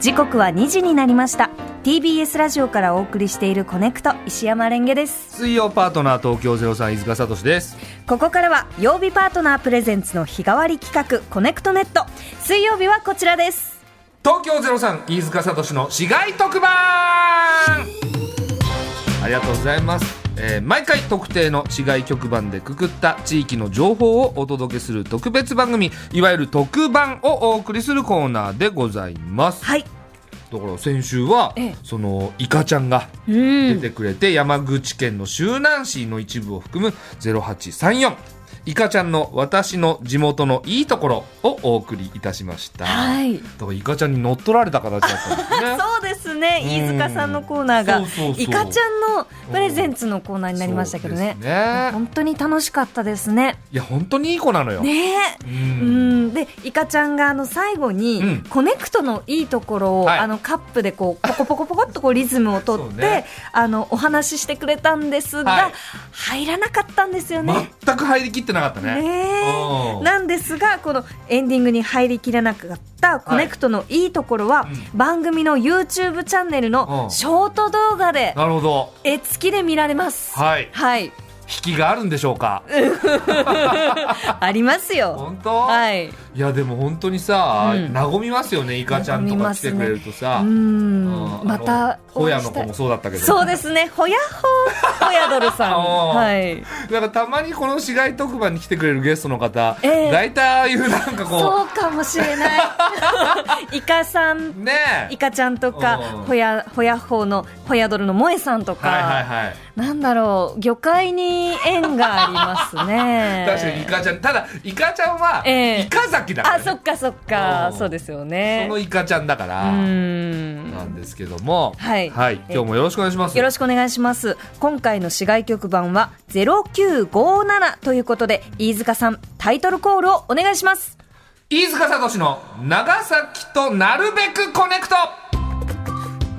時刻は2時になりました TBS ラジオからお送りしているコネクト石山レンゲです水曜パートナー東京ゼロ飯塚聡です。ここからは曜日パートナープレゼンツの日替わり企画コネクトネット水曜日はこちらです東京ゼロ飯塚聡の市街特番。ありがとうございます。えー毎回特定の市街局番でくくった地域の情報をお届けする特別番組いわゆる特番をお送りするコーナーでございますはいだから先週は、ええそのイカちゃんがう出んてくれて、山口県の周南市の一部を含む0834イカちゃんの私の地元のいいところをお送りいたしました、はいだからイカちゃんに乗っ取られた形だったんですね そうですね飯塚さんのコーナーがそうそうそうイカちゃんのプレゼンツのコーナーになりましたけどねそうですね本当に楽しかったですねいや本当にいい子なのよ、ねえううんん、でイカちゃんがあの最後に、うんコネクトのいいところを、はいあのカップでこうポコポコポコっとこうリズムをとっそて、うねあのお話ししてくれたんですが、はい入らなかったんですよね。全く入りきってなかったねねえうんなんですがこのエンディングに入りきらなかったコネクトのいいところは、はいうん番組の YouTube チャンネルうのんショート動画でなるほど絵付きで見られます。はいはい、引きがあるんでしょうかありますよ。本当、はい、いやでも本当にさ、うん和みますよねイカちゃんとか来てくれるとさ、うんうんまあたのホお会いヤしのたい子もそうだったけどそうですね、ほやほー、ほやどるさん。 おーはい。なんかたまにこの市街特番に来てくれるゲストの方、ええ大体ああいうなんかこそうかもしれない。 イカさ、うんねえイカちゃんとかうん、ほや、ほやほーの、ほやどるの萌えさんとか、はいはいはい、。なんだろう、魚介に縁がありますね 確かにイカちゃんただイカちゃんは、ええイカザキだから、あ、ね、そっかそっかう、んそうですよねそ。のイカちゃんだかうらん。なんですけども、はい今日もよろしくお願いしますよろしくお願いします。今回の市外局番は0957ということで、飯塚さん、タイトルコールをお願いします。飯塚聡の長崎となるべくコネクト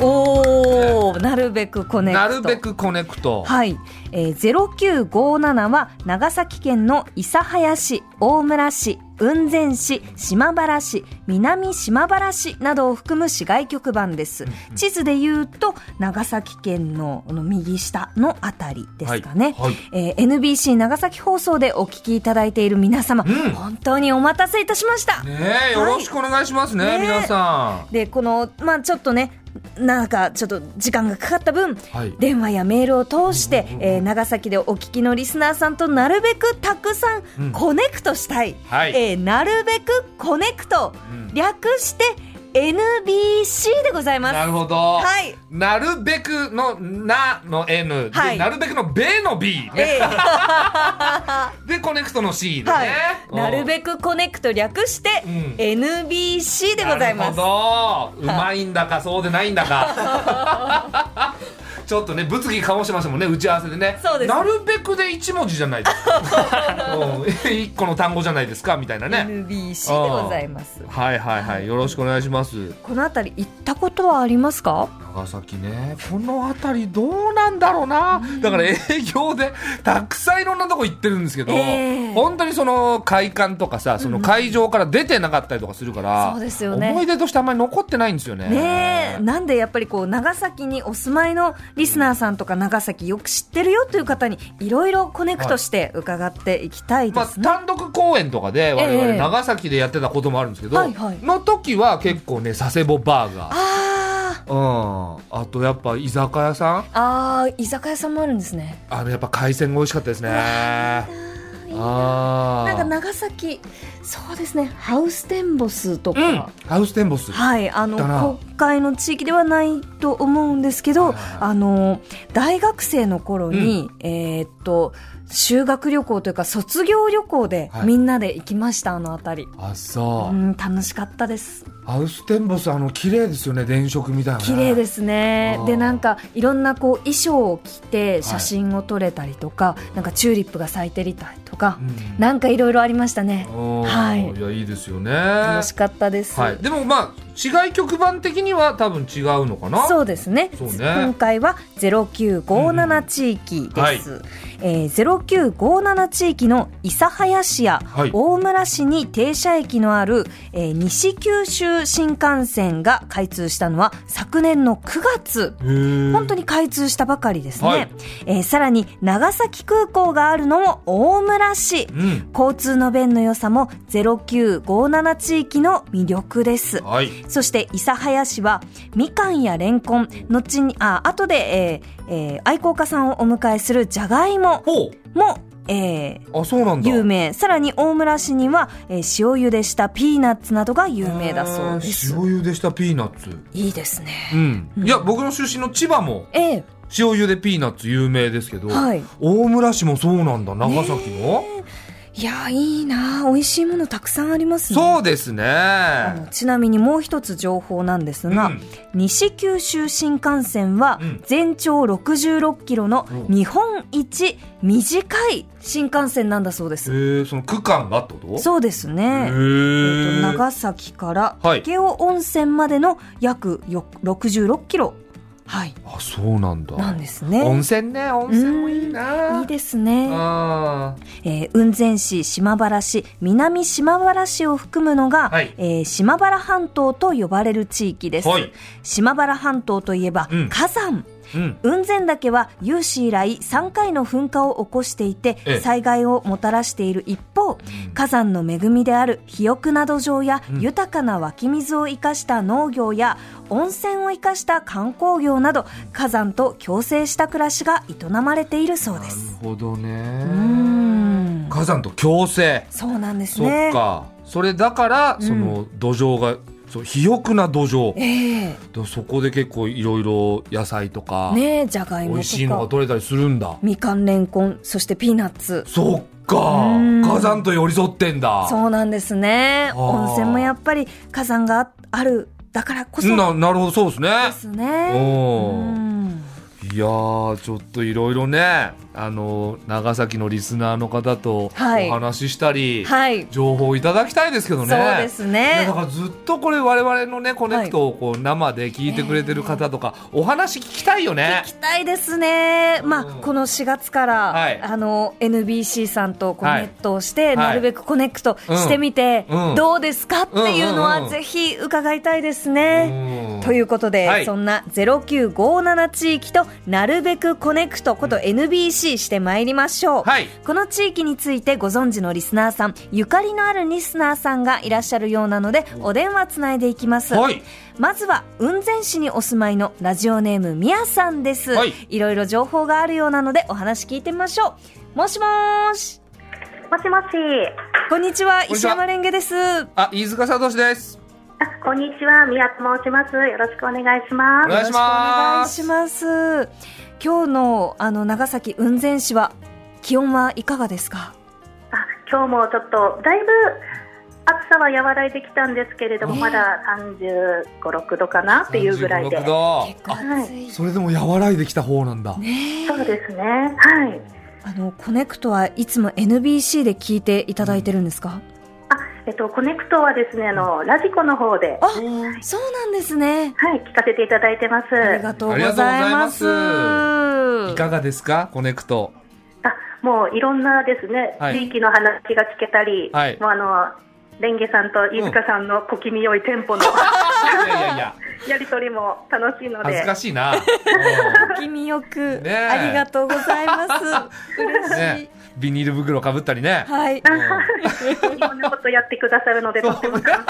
おー、なるべくコネクト。なるべくコネクトはい、えー、0957は長崎県の諫早市、大村市、雲仙市、島原市、南島原市などを含む市外局番です。地図で言うと、長崎県のこの右下のあたりですかね。はいはいえー NBC 長崎放送でお聞きいただいている皆様、うん本当にお待たせいたしました。ねえよろしくお願いしますね、ねえ皆さでこのまあちょっとねなんかちょっと時間がかかった分、はい電話やメールを通して、えー長崎でお聞きのリスナーさんとなるべくたくさうんんコネクトしたい、はいえーなるべくコネクト、うん略して NBC でございんまなす。るほど、 はいなるべくの「な」の N、ではいなるべくの「べ」の B、ねえでコネクトのー C でね、はい、なるくべくコネクト略してうん NBC でございます。なるほどうまいんだかそうでないんだか ちょっとね物議かもしましたもんね打ち合わせでねそうですなるべくで一文字じゃないです かうん 一個の単語じゃないですかみたいなね NBC でございます。はいはいはいよろしくお願いしますこの辺り行ったことはありますか？長崎ねこの辺りどうなんだろうなだから営業でたくさんいろんなとこ行ってるんですけど、ええ本当にその会館とかさその会場から出てなかったりとかするから、そうですよね思い出としてあんまり残ってないんですよね。ねえ、なんでやっぱりこう長崎にお住まいのリスナーさんとか長崎よく知ってるよという方にいろいろコネクトして伺っていきたいでまあ、すね。単独公演とかで我え々え長崎でやってたこともあるんですけど、はいはいの時は結構ね佐世保バーガーあうん、あとやっぱ居酒屋さんあ、ああー居酒屋さんもあるんですね。あのやっぱ海鮮が美味しかったですね。あなんかー長崎そうですねハウステンボスとうんか。ハウステンボスはい、あのだな国会の地域ではないと思うんですけはどいはい、あの大学生の頃に、えーっと修学旅行というか卒業旅行ではいみんなで行きました、あのあたり。あそうう、ん、楽しかったです。ハウステンボスあの綺麗ですよね電飾みたいな綺麗ですすねあ。ーで、なんか、いろんなこう、衣装を着て写真を撮れたりとか、なんかチューリップが咲いてりたりとか、なんかいろいろありましたね。うんはいいやいいですよね楽しかったです。はい、でもまあ市外局番的には多分違うのかなそうですねそうね今回は0957地域です、えー、0957地域の諫早市やはい大村市に停車駅のある、えー西九州新幹線が開通したのは昨年の9月本本当に開通したばかりですね、はいえーさらに長崎空港があるのも大村市うん交通の便の良さも0957地域の魅力ですはいそして諫早市はみかんやれんこん後にあ後で、えーえー愛好家さんをお迎えするじゃがいもほも、えーうあそうなんだ有名さらに大村市には、えー塩ゆでしたピーナッツなどが有名だそうですあー塩ゆでしたピーナッツいいですねうんいや僕の出身の千葉もええ塩ゆでピーナッツ有名ですけど、はい大村市もそうなんだ長崎も、いやーいいなー美味しいものたくさんありますねそうですねあのちなみにもう一つ情報なんですが、うん西九州新幹線はうん全長66キロのうん日本一短い新幹線なんだそうでえす。ー、その区間がってことそうですへね。えーとー長崎からはい武雄温泉までの約よ66キロ、はい、あそうなんだなんです温ね。泉ね温泉もいいないいですね。あーえー雲仙市、島原市、南島原市を含むのが、はいえー島原半島と呼ばれる地域です。はい、島原半島といえば、うん火山うん、雲仙岳は有史以来3回の噴火を起こしていてええ災害をもたらしている一方火山の恵みである肥沃な土壌やうん豊かな湧き水を生かした農業や温泉を生かした観光業など火山と共生した暮らしが営まれているそうなでるす。ほどうーねん火山と共生そうなんですそねっ。かそれだからんその土壌が、そう肥沃な土壌ええでそこで結構いろいろ野菜とか、ねえじゃがい美も味しいのとがか取れたりするんだみかんれんこんそしてピーナッツそっかうん火山と寄り添ってんだそうなんですねあー温泉もやっぱり火山がああるだからこそでななるほどそうですねすねおうーんいやーちょっといろいろねあの長崎のリスナーの方とおはい話ししたり、はい情報をいただきたいですけどそうねですいやねだからずっとこれ我々のねコネクトをこう生で聞いてくれてる方とか、お話聞きたいよね聞きたいですね、まあ、うんこの4月から、はいあの NBC さんとこうネはいットをして、いなるべくコネクトしてみて、うんうんどうですかっていうのうんうんうはんぜひ伺いたいですね。うんということで、はいそんな0957地域となるべくコネクトこと NBC してまいりましょう、はいこの地域についてご存知のリスナーさんゆかりのあるリスナーさんがいらっしゃるようなのでお電話つないでいきます、はいまずは雲仙市にお住まいのラジオネームみやさんです、はいろいろ情報があるようなのでお話聞いてみましょうもしもーしもしもし。こんにちはこんに石ちは山レンゲですあ飯塚聡ですあ、こんにちは、宮と申します。よろしくお願いしまお願いしますよろしくお願いします。今日のあの長崎雲仙市は気温はいかがですか。す。あ、今日もちょっとだいぶ暑さは和らいできたんですけれども、ねえまだ三十五六度かなっていうぐらいで。 36度結構あ暑い。それでも和らいできた方なんだ、ねえそうですね。はい。あのコネクトはいつも NBC で聞いていただいてるんですか。あ、えっとコネクトはですね、あのラジコの方で、あうんそうなんですね。はい、聞かせていただいてます。ありがとうございます。いかがですかコネクトあ、もういろんなですね、はい地域の話が聞けたり、はいもうあのレンゲさんと飯塚さんの小気味良いテンポのいやいやいややりとりも楽しいので。恥ずかし いな、うん君よく、ねえありがとうござい ます。嬉しい。ね、ビニール袋かぶったりね、はい。いろんなことやってくださるので、とっても楽しく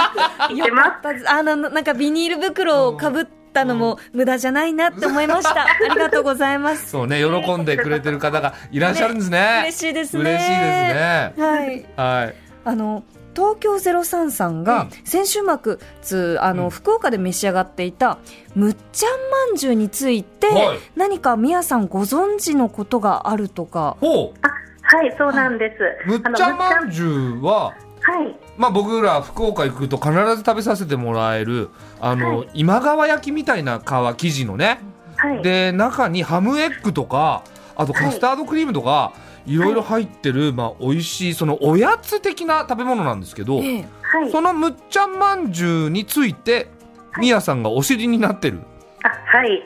聞いてまよかったですあのなんかビニール袋をかぶったのも無駄じゃないなって思いました。ありがとうございます。そうね喜んでくれてる方がいらっしゃるんですね嬉しいですね。嬉しいですねはい。はいあの東京ゼロ三さんがうん先週末あの、うん福岡で召し上がっていたむっちゃんまんじゅうについて、はい何かみやさんご存知のことがあるとか。ほす。はい、そうなんです。うむっちゃんまむっんじゅうはちゃんはい。まあ僕ら福岡行くと必ず食べさせてもらえるあの、は今川焼きみたいな皮生地のね、はい。で中にハムエッグとかあとカスタードクリームとか、いろいろ入ってる、まあ、美味しいそのおやつ的な食べ物なんですけど、ええはい。そのむっちゃんまんじゅうについてみやさんがお尻になってるあはい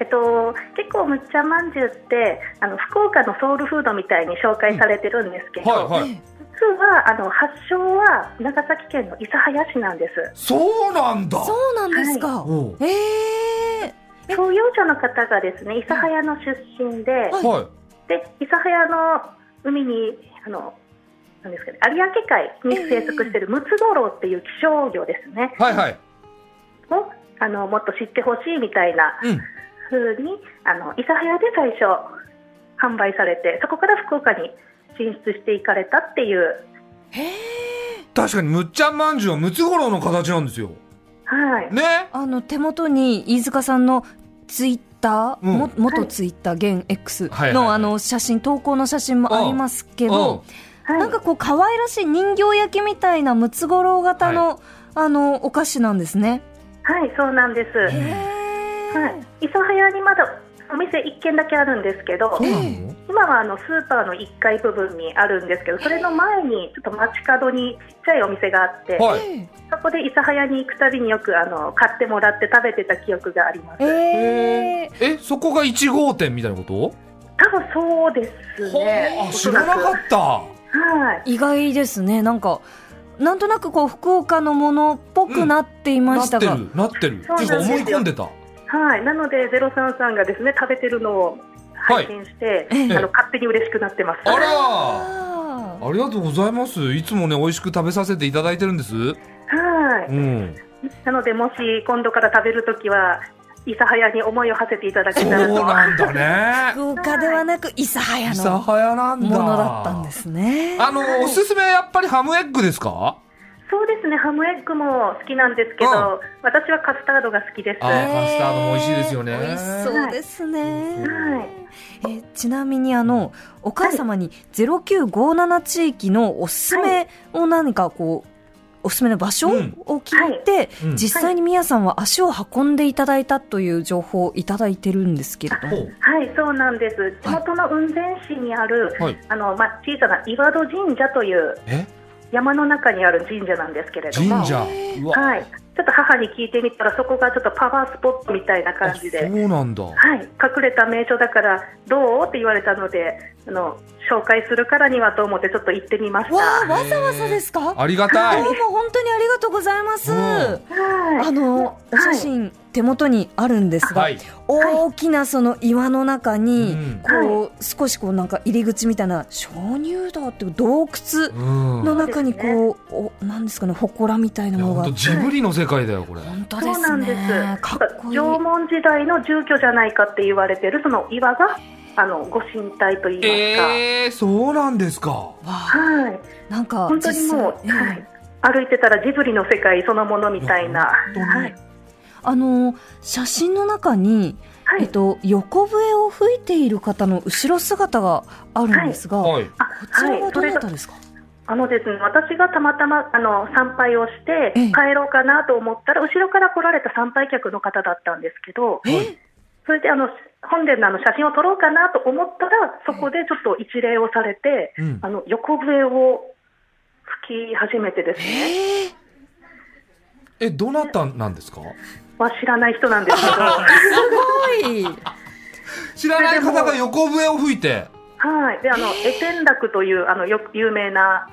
えっと、結構むっちゃまんじゅうってあの福岡のソウルフードみたいに紹介されてるんですけど、はいはい実はあの発祥は長崎県の諫早市なんですそうなんだそうなんですか。おうえええ創業者の方がですね諫早の出身で、はいで諫早の海にあのなんですかね、有明海に生息しているムツゴロウっていう希少魚ですね、はいはいをあのもっと知ってほしいみたいなうん風にあの諫早で最初販売されてそこから福岡に進出していかれたっていう、へえ。確かにむっちゃんまんじゅうはムツゴロウの形なんですよはい、ねあの手元に飯塚さんのツイッター、うんも元ツイッター現 X の、はいはいはいあの写真投稿の写真もありますけど、はい、なんかこう可愛らしい人形焼きみたいなムツゴロウ型の、あのお菓子なんですね。はいそうなんです、へへはい、諫早にまだお店1軒だけあるんですけどそうなの今はあのスーパーの1階部分にあるんですけどそれの前にちょっと街角にちっちゃいお店があってはいえそこで諫早に行くたびによくあの買ってもらって食べてた記憶がありますえええそこが1号店みたいなこと多分そうですねあお知そららなかくったはい意外ですね。なんかなんとなくこう福岡のものっぽくなっていまなっしたてが、るなってるってそうなんいでうすか思よい込んでたはいなのでゼロ三さんがですね食べてるのをはい拝見して、ええあの勝手に嬉しくなってますあらあありがとうございますいつもね美味しく食べさせていただいてるんですはういんなのでもし今度から食べるときは諫早に思いを馳せていただけそうたらとなんだね福岡ではなく諫早諫の早なんだものだったんですね。あのおすすめやっぱりハムエッグですかそうですね、ハムエッグも好きなんですけうど、私はカスタードが好きです。あはーカスタードも美味しいですよね美味しそうですね。い、えちなみにあのお母様に0957地域のおすすめを何かこうおすすめの場所うんを聞いて、うん実際にみやさんは足を運んでいただいたという情報をいただいてるんですけれどほも、うはい、そうなんです。地元の雲仙市にある、はいあの、まあ、小さな岩戸神社というえ山の中にある神社なんですけれども。神社うわはい、ちょっと母に聞いてみたら、そこがちょっとパワースポットみたいなあ感じそで。うなんだはい、隠れた名所だから、どうって言われたので、あの、紹介するからにはと思って、ちょっと行ってみました。わはあわざわざですかありがたいどうも本当にありがとうございます、うんあい、のお写真手元にあるんですが、はい大きなその岩の中に、うんこう少しこうなんか入り口みたいな鍾乳洞っていう洞窟うんの中にこう、おなんですかね祠みたいないやものが本あっ当てジブリの世界だよこれ本当でそうなすんです。ねかっこいい縄文時代の住居じゃないかって言われてるその岩があのご神体と言いますか。えー、そうなんですかわあはい。なんか本当にもう、実際はええい、歩いてたらジブリの世界そのものみたいな。いや本当にはい。あの写真の中に、はえっい。と、横笛を吹いている方の後ろ姿があるんですが、はいあこちらは。はいどそれながたですか、あのですね、私がたまたまあの参拝をしてええ帰ろうかなと思ったら、後ろから来られた参拝客の方だったんですけど、えそれであの本殿のあの写真を撮ろうかなと思ったら、そこでちょっと一礼をされて、うんあの横笛を吹き始めてですね、えええどなたなんですかは知らない人なんですけど、すごい知らない方が横笛を吹いてはい、であの絵天楽というあのよく有名な、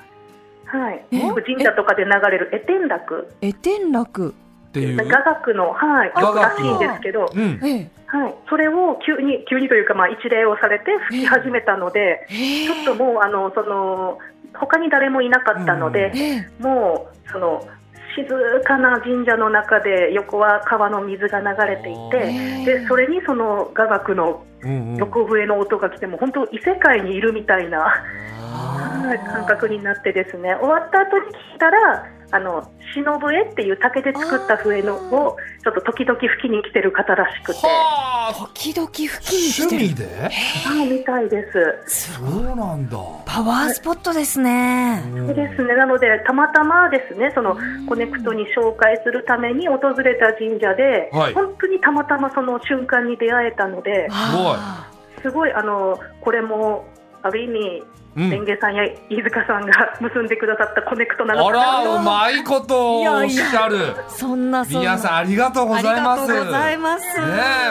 はい、えよく神社とかで流れる絵天楽、え天楽っていう雅楽の、はい、雅楽曲らしいんですけど、うんええはい、それを急に急にというか、まあ、一礼をされて吹き始めたので、えちょっともうあのその他に誰もいなかったので。うんええもうその静かな神社の中で横は川の水が流れていえてでそれにその雅楽のうんうん横笛の音が来ても本当異世界にいるみたいなあはい感覚になってですね終わった後に聞いたらあの篠笛っていう竹で作った笛のをちょっと時々吹きに来てる方らしくーてはあ時々吹きに来趣て味るであみたいです。すごいそうなんだパワースポットですね、そうですね、なので、たまたまですね、そのコネクトに紹介するために訪れた神社で、はい本当にたまたまその瞬間に出会えたので、わあすごい、あのこれもある意味、うんレンゲさんや飯塚さんが 結んでくださったコネクトなのあかなとらうまいことをおっしゃるそんなそんな皆さんありがとうございまありすがとうございますね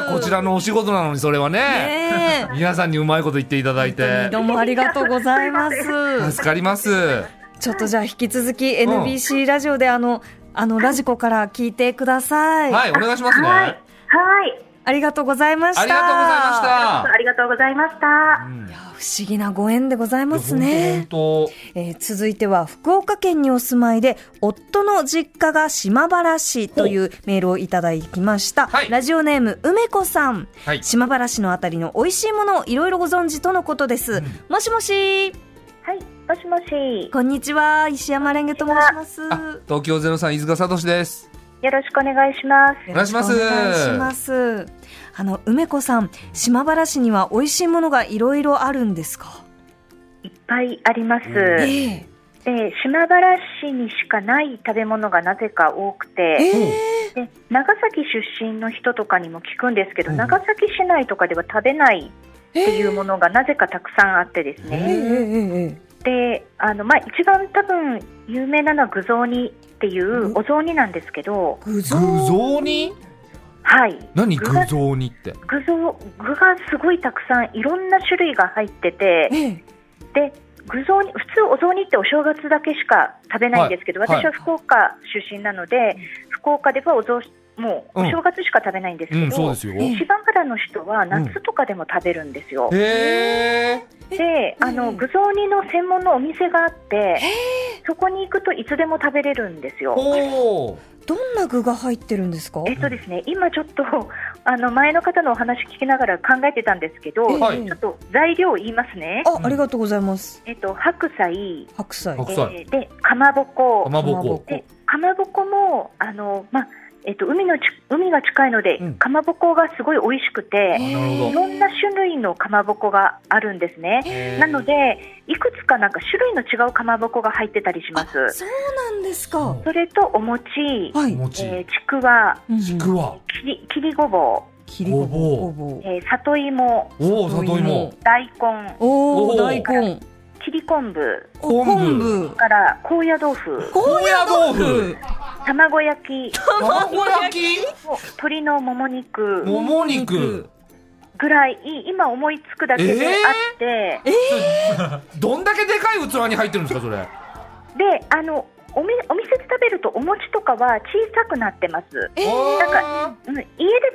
えこちらのお仕事なのにそれはねねえ皆さんにうまいこと言っていただいてどうもありがとうございますいす助かりますちょっとじゃあ引き続き NBC ラジオであのあのラジコから聞いてください、はいお願いしますねはいはいありがとうございましたありがとうございましたありがとうございました。うんいや不思議なご縁でございますね本当えー続いては福岡県にお住まいで夫の実家が島原市というメールをいただきました、はいラジオネーム梅子さん、はい島原市のあたりの美味しいものをいろいろご存知とのことです、もしもしはい、もしもし、こんにちは石山レンゲと申しますよあ東京ゼロさん飯塚聡ですよろしくお願いします。お願いしますろくお願いしますあの梅子さん島原市には美味しいものがいろいろあるんですか、いっぱいあります。で、ええ島原市にしかない食べ物がなぜか多くて、えで長崎出身の人とかにも聞くんですけど、うん長崎市内とかでは食べないっていうものがなぜかたくさんあってですええね。ええで、あのまあ一番多分有名なのは具雑煮っていうお雑煮なんですけど、具具雑煮はい。何具具が雑煮って具雑具がすごいたくさんいろんな種類が入ってて。ええで具雑煮普通お雑煮ってお正月だけしか食べないんですけど、はい私は福岡出身なので、福岡ではお雑もううおん正月しか食べないんですうけんそうど、ですよえへ一番からの人は夏とかでも食べるんですよ。えで、あうのん具雑煮の専門のお店があって、そこに行くといつでも食べれるんですよ。おおどんな具が入ってるんですかえっとですね、今ちょっとあの前の方のお話聞きながら考えてたんですけど、はいええちょっと材料を言いますね。あ、ありがとうございます。えっと白菜、白菜。白え菜ーでかまぼこか、まぼかまぼここでかまぼこもあの、まあえっと海のち海が近いので、うんかまぼこがすごい美味しくて、なるほどいろんな種類のかまぼこがあるんですね。へーなのでいくつかなんか種類の違うかまぼこが入ってたりしまあす。そうなんですか。それとお餅、はおい。餅えーちくわ、ちくわきりきりごぼ切りごぼう。ごう、えー里芋、おお里芋。大根、おおお、ー大根。きり昆布お昆布昆布。から高野豆腐、高野豆腐。卵焼き、卵焼き鶏のもも肉。もも肉ぐらい今思いつくだけであって、どんだけでかい器に入ってるんですかそれであのおみお店で食べるとお餅とかは小さくなってます、えーなんあかうん、家で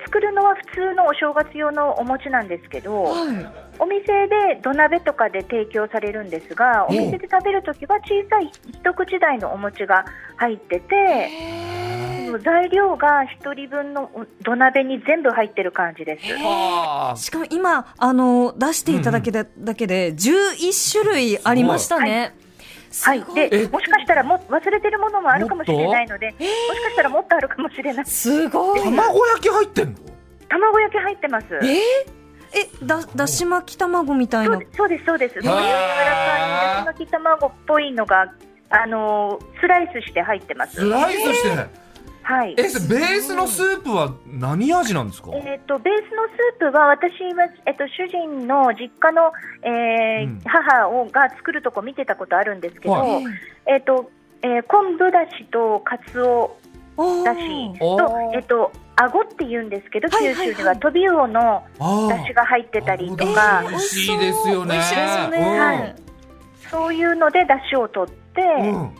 作るのは普通のお正月用のお餅なんですけどはお店で土鍋とかで提供されるんですがお店で食べるときは小さい一口大のお餅が入ってい。てへー材料が1人分の土鍋に全部入ってる感じです。ーはしかも今あの出していただけだだけで11種類ありましたね。はすい、ごえでもしかしたらも忘れてるものもあるかもしれないので、もしかしたらもっとあるかもしれない。すごいあ。卵焼き入ってんの卵焼き入ってます。えーえ、だだし巻き卵みたいそうなで。すそうですそうです。そういう柔らかいあーだし巻き卵っぽいのがあのースライスして入ってますス。ライスしてはい。えそれベースのスープは何味なんですかえっとベースのスープは私はえっと主人の実家の、えーうん母をが作るとこ見てたことあるんですけど、はえーえっと、えー昆布だしとカツオおーだしおとーえっとあごって言うんですけどはい九はいはい州ではトビウオのあだしが入ってたりとかあー美味美味ししそういですよね美味しいですよね。うんはいそういうのでだしを取って、うん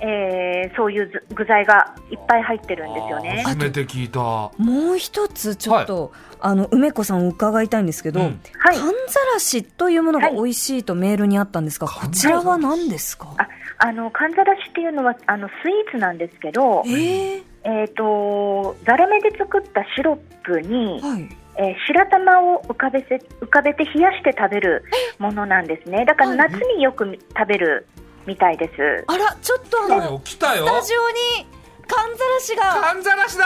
えーそういうず具材がいっぱい入ってるんですよねあー。初めて聞いたはもう一つちょっと、あの梅子さんお伺いたいんですけど、うんはい寒ざらしというものが美味しいとメールにあったんですが、はいこちらは何ですか、ああの寒ざらしっていうのはあのスイーツなんですけど、ええー、とザラメで作ったシロップー、、にはいえー白玉を浮かべせ浮かべて冷やして食べるものなんですねだからはい夏によくみ食べるみたいです。あらちょっとあ来たのよ来たスよタジオに寒ざらしがかんざらしだ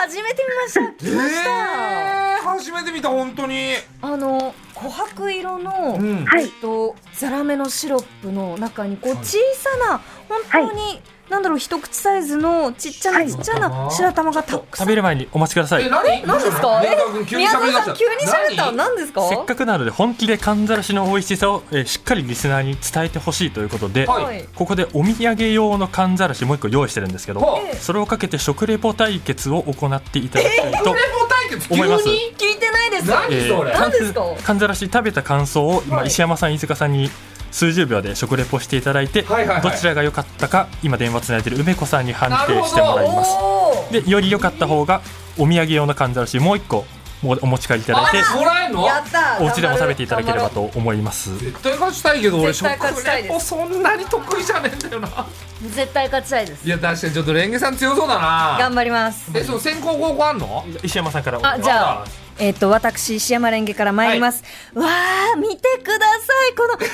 初めて見ました来ました、えー、初めて見た本当にあの琥珀色の、うんはいえっと、ザラメのシロップの中にこうはい小さな本当に、なんだろう一口サイズのちっちゃはないちっちゃな白玉がたくさ食ん、べる前にお待ちくださいえ、何何ですか宮沢君急に宮喋り沢出しさん急に喋った何何ですかせっかくなので本気で寒ざらしの美味しさを、えーしっかりリスナーに伝えてほしいということで、はいここでお土産用の寒ざらしもう一個用意してるんですけど、ほうえそれをかけて食レポ対決を行っていただきたいと食レポ対決急思いますに聞いてないです何えそれ何ですかー寒ざらし食べた感想を今はい石山さん飯塚さんに数十秒で食レポしていただいて、はいはいはいどちらが良かったか今電話つないでる梅子さんに判定してもらいますおーでより良かった方がお土産用の寒ざらしもう一個もお持ち帰りいただいてあもらえんのやったーお家でも食べていただけれ頑ばと思います絶対勝ちたいけど俺絶対勝ちたいです食レポそんなに得意じゃねえんだよな張ろう絶対勝ちたいですいや確かにちょっとレンゲさん強そうだな頑張りますえその先行後攻あんの石山さんからおあじゃあえっ、と私石山レンゲから参ります、わあ見てくださいこの琥珀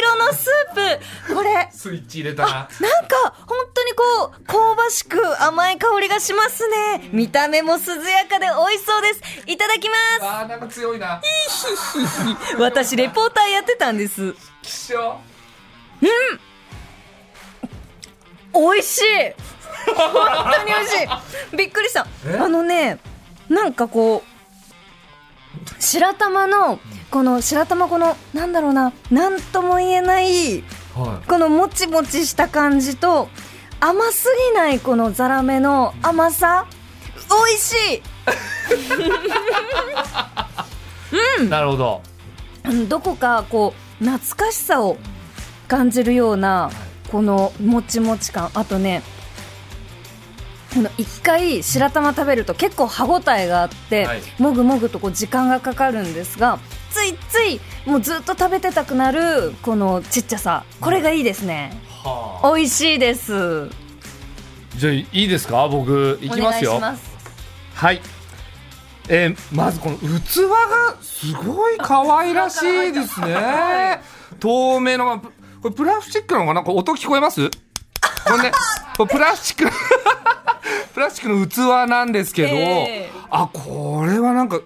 色のスープこれスイッチ入れた ななんか本当にこう香ばしく甘い香りがしますね見た目も涼やかで美味しそうですいただきまあーなんか強いなす私レポーターやってたんですきっしょ美味しい本当に美味しいびっくりしたえあのねなんかこう白玉のこの白玉このなんだろうななんとも言えないはいこのもちもちした感じと甘すぎないこのザラメの甘さ美味しいなるほどうんどこかこう懐かしさを感じるようなこのもちもち感あとねこの一回白玉食べると結構歯ごたえがあって、はいもぐもぐとこう時間がかかるんですがついついもうずっと食べてたくなるこのちっちゃさこれがいいですねはあ美味しいですじゃあいいですか僕いきますよお願いしますはいえーまずこの器がすごい可愛らしいですね透明のまこれプラスチックなのかなこれ音聞こえますこ れねこれプラスチック プラスチックの器なんですけど、ええあこれはなんか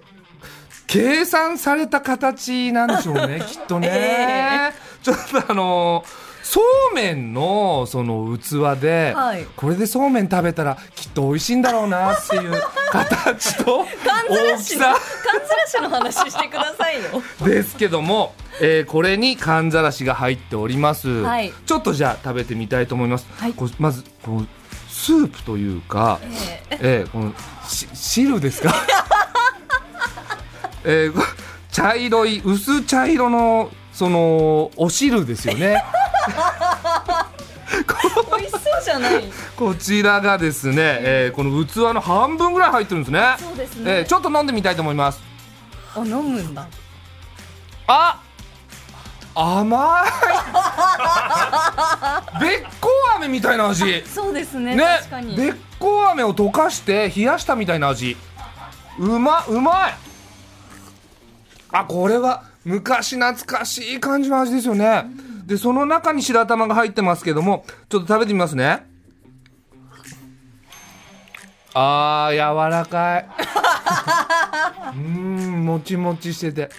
計算された形なんでしょう ねきっとね、ちょっとあのそうめんのその器で、はいこれでそうめん食べたらきっと美味しいんだろうなっていう形と 缶ずら大しきの缶さずらしの話してくださいよですけども、えーこれに寒ざらしが入っております、はいちょっとじゃあ食べてみたいと思います、はいこうまずこのスープというか、えーこのし汁ですか、 えーこ茶色い薄茶色のそのお汁ですよね 美味しそうじゃないこちらがですね、えーこの器の半分ぐらい入ってるんですねそうですえね、ーちょっと飲んでみたいと思いますあ飲むんだあ甘 いべっこう飴みたいな味ねそうですね確かにべっこう飴を溶かして冷やしたみたいな味うまうまいあこれは昔懐かしい感じの味ですよねでその中に白玉が入ってますけどもちょっと食べてみますねあー柔らか いうーんもちもちしてて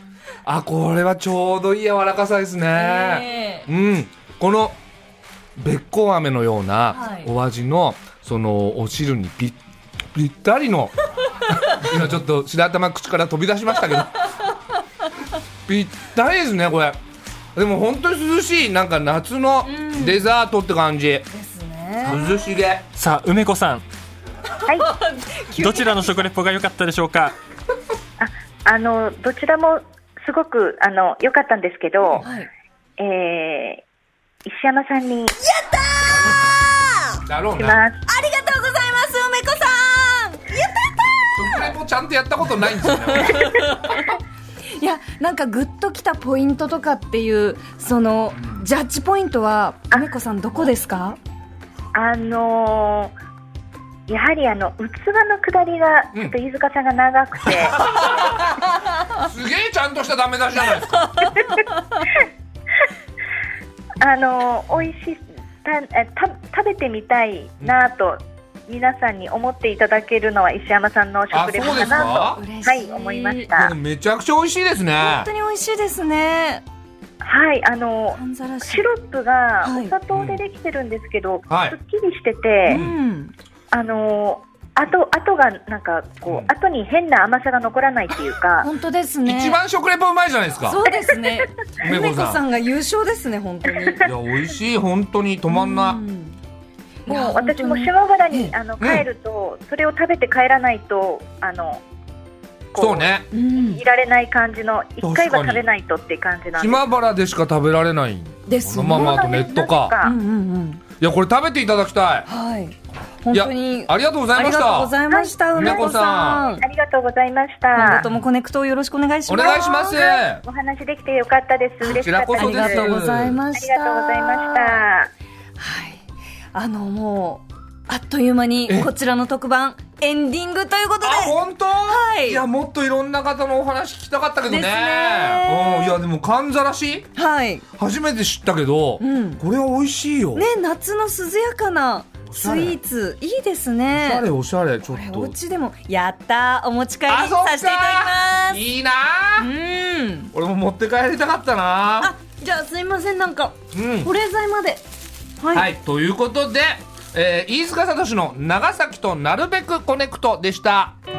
あこれはちょうどいい柔らかさですね、えうんこのべっこう飴のようはないお味の、そのお汁にぴぴった りの今ちょっと白玉口から飛び出しましたけどぴったりですねこれでも本当に涼しいなんか夏のデザートって感じ、ですね涼しげさあ梅子さんはい、どちらの食レポが良かったでしょうかあのどちらもすごくあの良かったんですけど、はいえー、石山さんにしだろうますな。ありがとうございます梅子さんやっ食レポちゃんとやったことないんです よねたいやなんかグッときたポイントとかっていうそのジャッジポイントは梅子さんどこですかあのーやはりあの器の下りがうんちょっと飯塚さんが長くて、すげえちゃんとしたダメ出しじゃないですか。あのー美味しいたえた食べてみたいなと皆さんに思っていただけるのは石山さんの食レポかあなそとうですかはい思いましいやでたもめちゃくちゃ美味しいですね本当に美味しいですね。はいあの半ざらしシ。ロップがはいお砂糖でできてるんですけど、はいすっきりしてて、うん。あのあとあとがなんかこう後に変な甘さが残らないっていうか本当ですね。一番食レポうまいじゃないですかそうですね。梅梅子子さんさんが優勝ですね本当に。いや美味しい本当に止止まんなもう私も島原にあのええ帰ると、それを食べて帰らないとあのこそうねうんいられない感じの一回確かはに食べないとっていう感じなんです島原でしか食べられないですこのねままあそとうネなんッでトすかうなんんうんうん。いやこれ食べていただきたいはい。本当にありがとうござあいりまがしとうごたざいましたはい梅子さんあ。りがとうございました今後ともコネクトをよろしくお願いしおます。願いしますお話できてよかったです嬉しかったこでちすあらりこそですがとうございまあしりた。がとうございましたはい。あのもうあっという間にえこちらの特番エンディングということであ。本当、いやもっといろんな方のお話聞きたかったけどねですねうんいやでも寒ざらしはい。初めて知ったけど、うんこれは美味しいよ、ね夏の涼やかなスイーツいいですね。おしゃれおしゃれちょこれっおと家でもやったーお持ち帰りあさそっかせていただきますいいなうーーん俺も持って帰りたかったなあじゃあすいませんなんかうん保冷剤まではい、はい、ということで、えー、飯塚聡の長崎となるべくコネクトでした。えー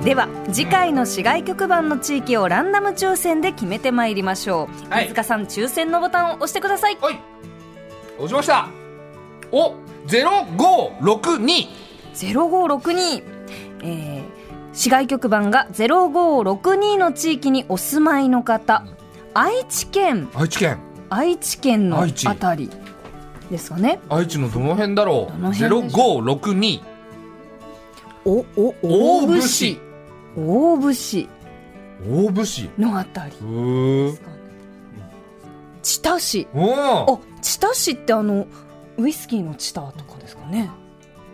では次回の市外局番の地域をランダム抽選で決めてまいりましょう、は飯い塚さん抽選のボタンを押してくださいはい、押しました。お、ゼロ五六二。 0562、えー、市外局番が0562の地域にお住まいの方愛知県愛知県、愛知県の愛知あたりですかね愛知のどの辺だろどう。のゼロ辺でし五六二。おお大府市。大府市大府市。のあたりうーです。かね知多市おあお。知多市ってあのウイスキーの知多とかですかね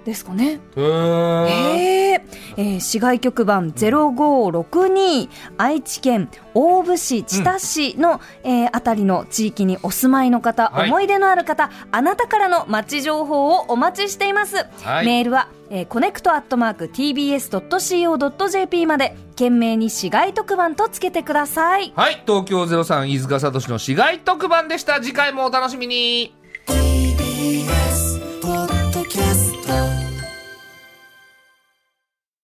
ですかねへー。へええー市外局番0562愛知県大府市知多市の、えーあたりの地域にお住まいの方、はい思い出のある方あなたからの街情報をお待ちしています、はいメールは、えー、コネクトアットマーク TBS.CO.JP まで懸命に市外特番とつけてくださいはい、東京ゼロ三飯塚聡の市街特番でした。次回もお楽しみに。